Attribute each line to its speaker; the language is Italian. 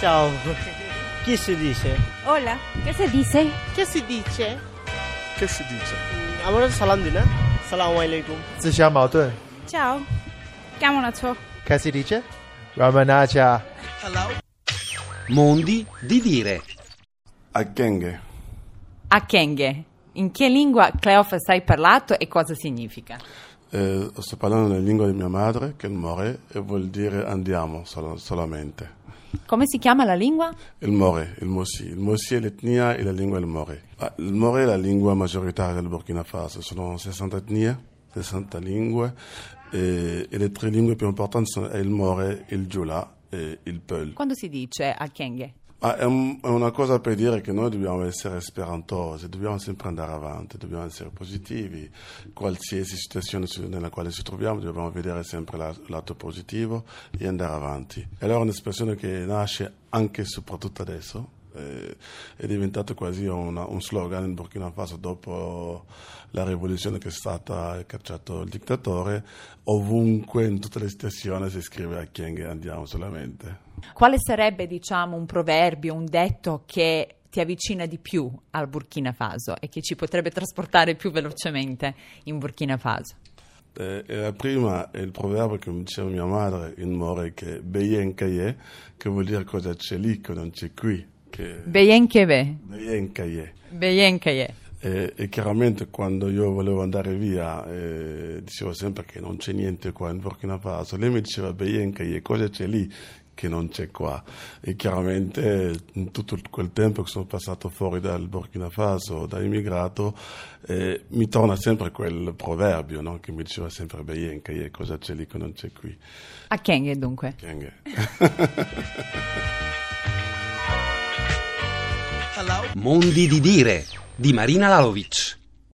Speaker 1: Ciao. Chi si dice?
Speaker 2: Hola, ¿qué se dice?
Speaker 3: Che si dice?
Speaker 4: Che si dice?
Speaker 1: আমরা সালাম দিই না সালাম আলাইকুম
Speaker 4: 自相矛盾。
Speaker 2: Ciao. Chiamo una ciò.
Speaker 4: Che si dice? Ramanaja.
Speaker 5: Mondi di dire.
Speaker 6: Akenge.
Speaker 7: Akenge. In che lingua Cleofas hai parlato e cosa significa?
Speaker 6: Eh, sto parlando nella lingua di mia madre, che non muore, e vuol dire andiamo solo- solamente.
Speaker 7: Come si chiama la lingua?
Speaker 6: Il more, il Mossi. Il Mossi è l'etnia e la lingua è il more. Ah, Il more è la lingua maggioritaria del Burkina Faso, sono 60 etnie, 60 lingue, eh, e, e le tre lingue più importanti sono è il more, il Jula e il Peul.
Speaker 7: Quando si dice Akenge?
Speaker 6: Ah, è, un- è una cosa per dire che noi dobbiamo essere sperantosi, dobbiamo sempre andare avanti, dobbiamo essere positivi. Qualsiasi situazione su- nella quale ci troviamo dobbiamo vedere sempre la- lato positivo e andare avanti. E allora è un'espressione che nasce anche e soprattutto adesso, eh, è diventato quasi una- un slogan in Burkina Faso dopo la rivoluzione che è stata è cacciato il dittatore, ovunque in tutte le situazioni si scrive a Kieng andiamo solamente.
Speaker 7: Quale sarebbe, diciamo, un proverbio, un detto che ti avvicina di più al Burkina Faso e che ci potrebbe trasportare più velocemente in Burkina Faso?
Speaker 6: Eh, e la prima è il proverbio che mi diceva mia madre in More che è Beyen Kaye, che vuol dire cosa c'è lì che non c'è qui. Che
Speaker 7: Beyenkebe,
Speaker 6: Beyen Kaye.
Speaker 7: Beyenkeye.
Speaker 6: E, Eh, e chiaramente quando io volevo andare via eh, dicevo sempre che non c'è niente qua in Burkina Faso. Lei mi diceva Beyen Kaye, cosa c'è lì che non c'è qua? E chiaramente eh, in tutto il- quel tempo che sono passato fuori dal Burkina Faso, da immigrato, eh, mi torna sempre quel proverbio no? che mi diceva sempre Beyen Kaye, cosa c'è lì che non c'è qui?
Speaker 7: Akenge dunque.
Speaker 6: Kenge.
Speaker 5: Mondi di dire. Di Marina Lalovic.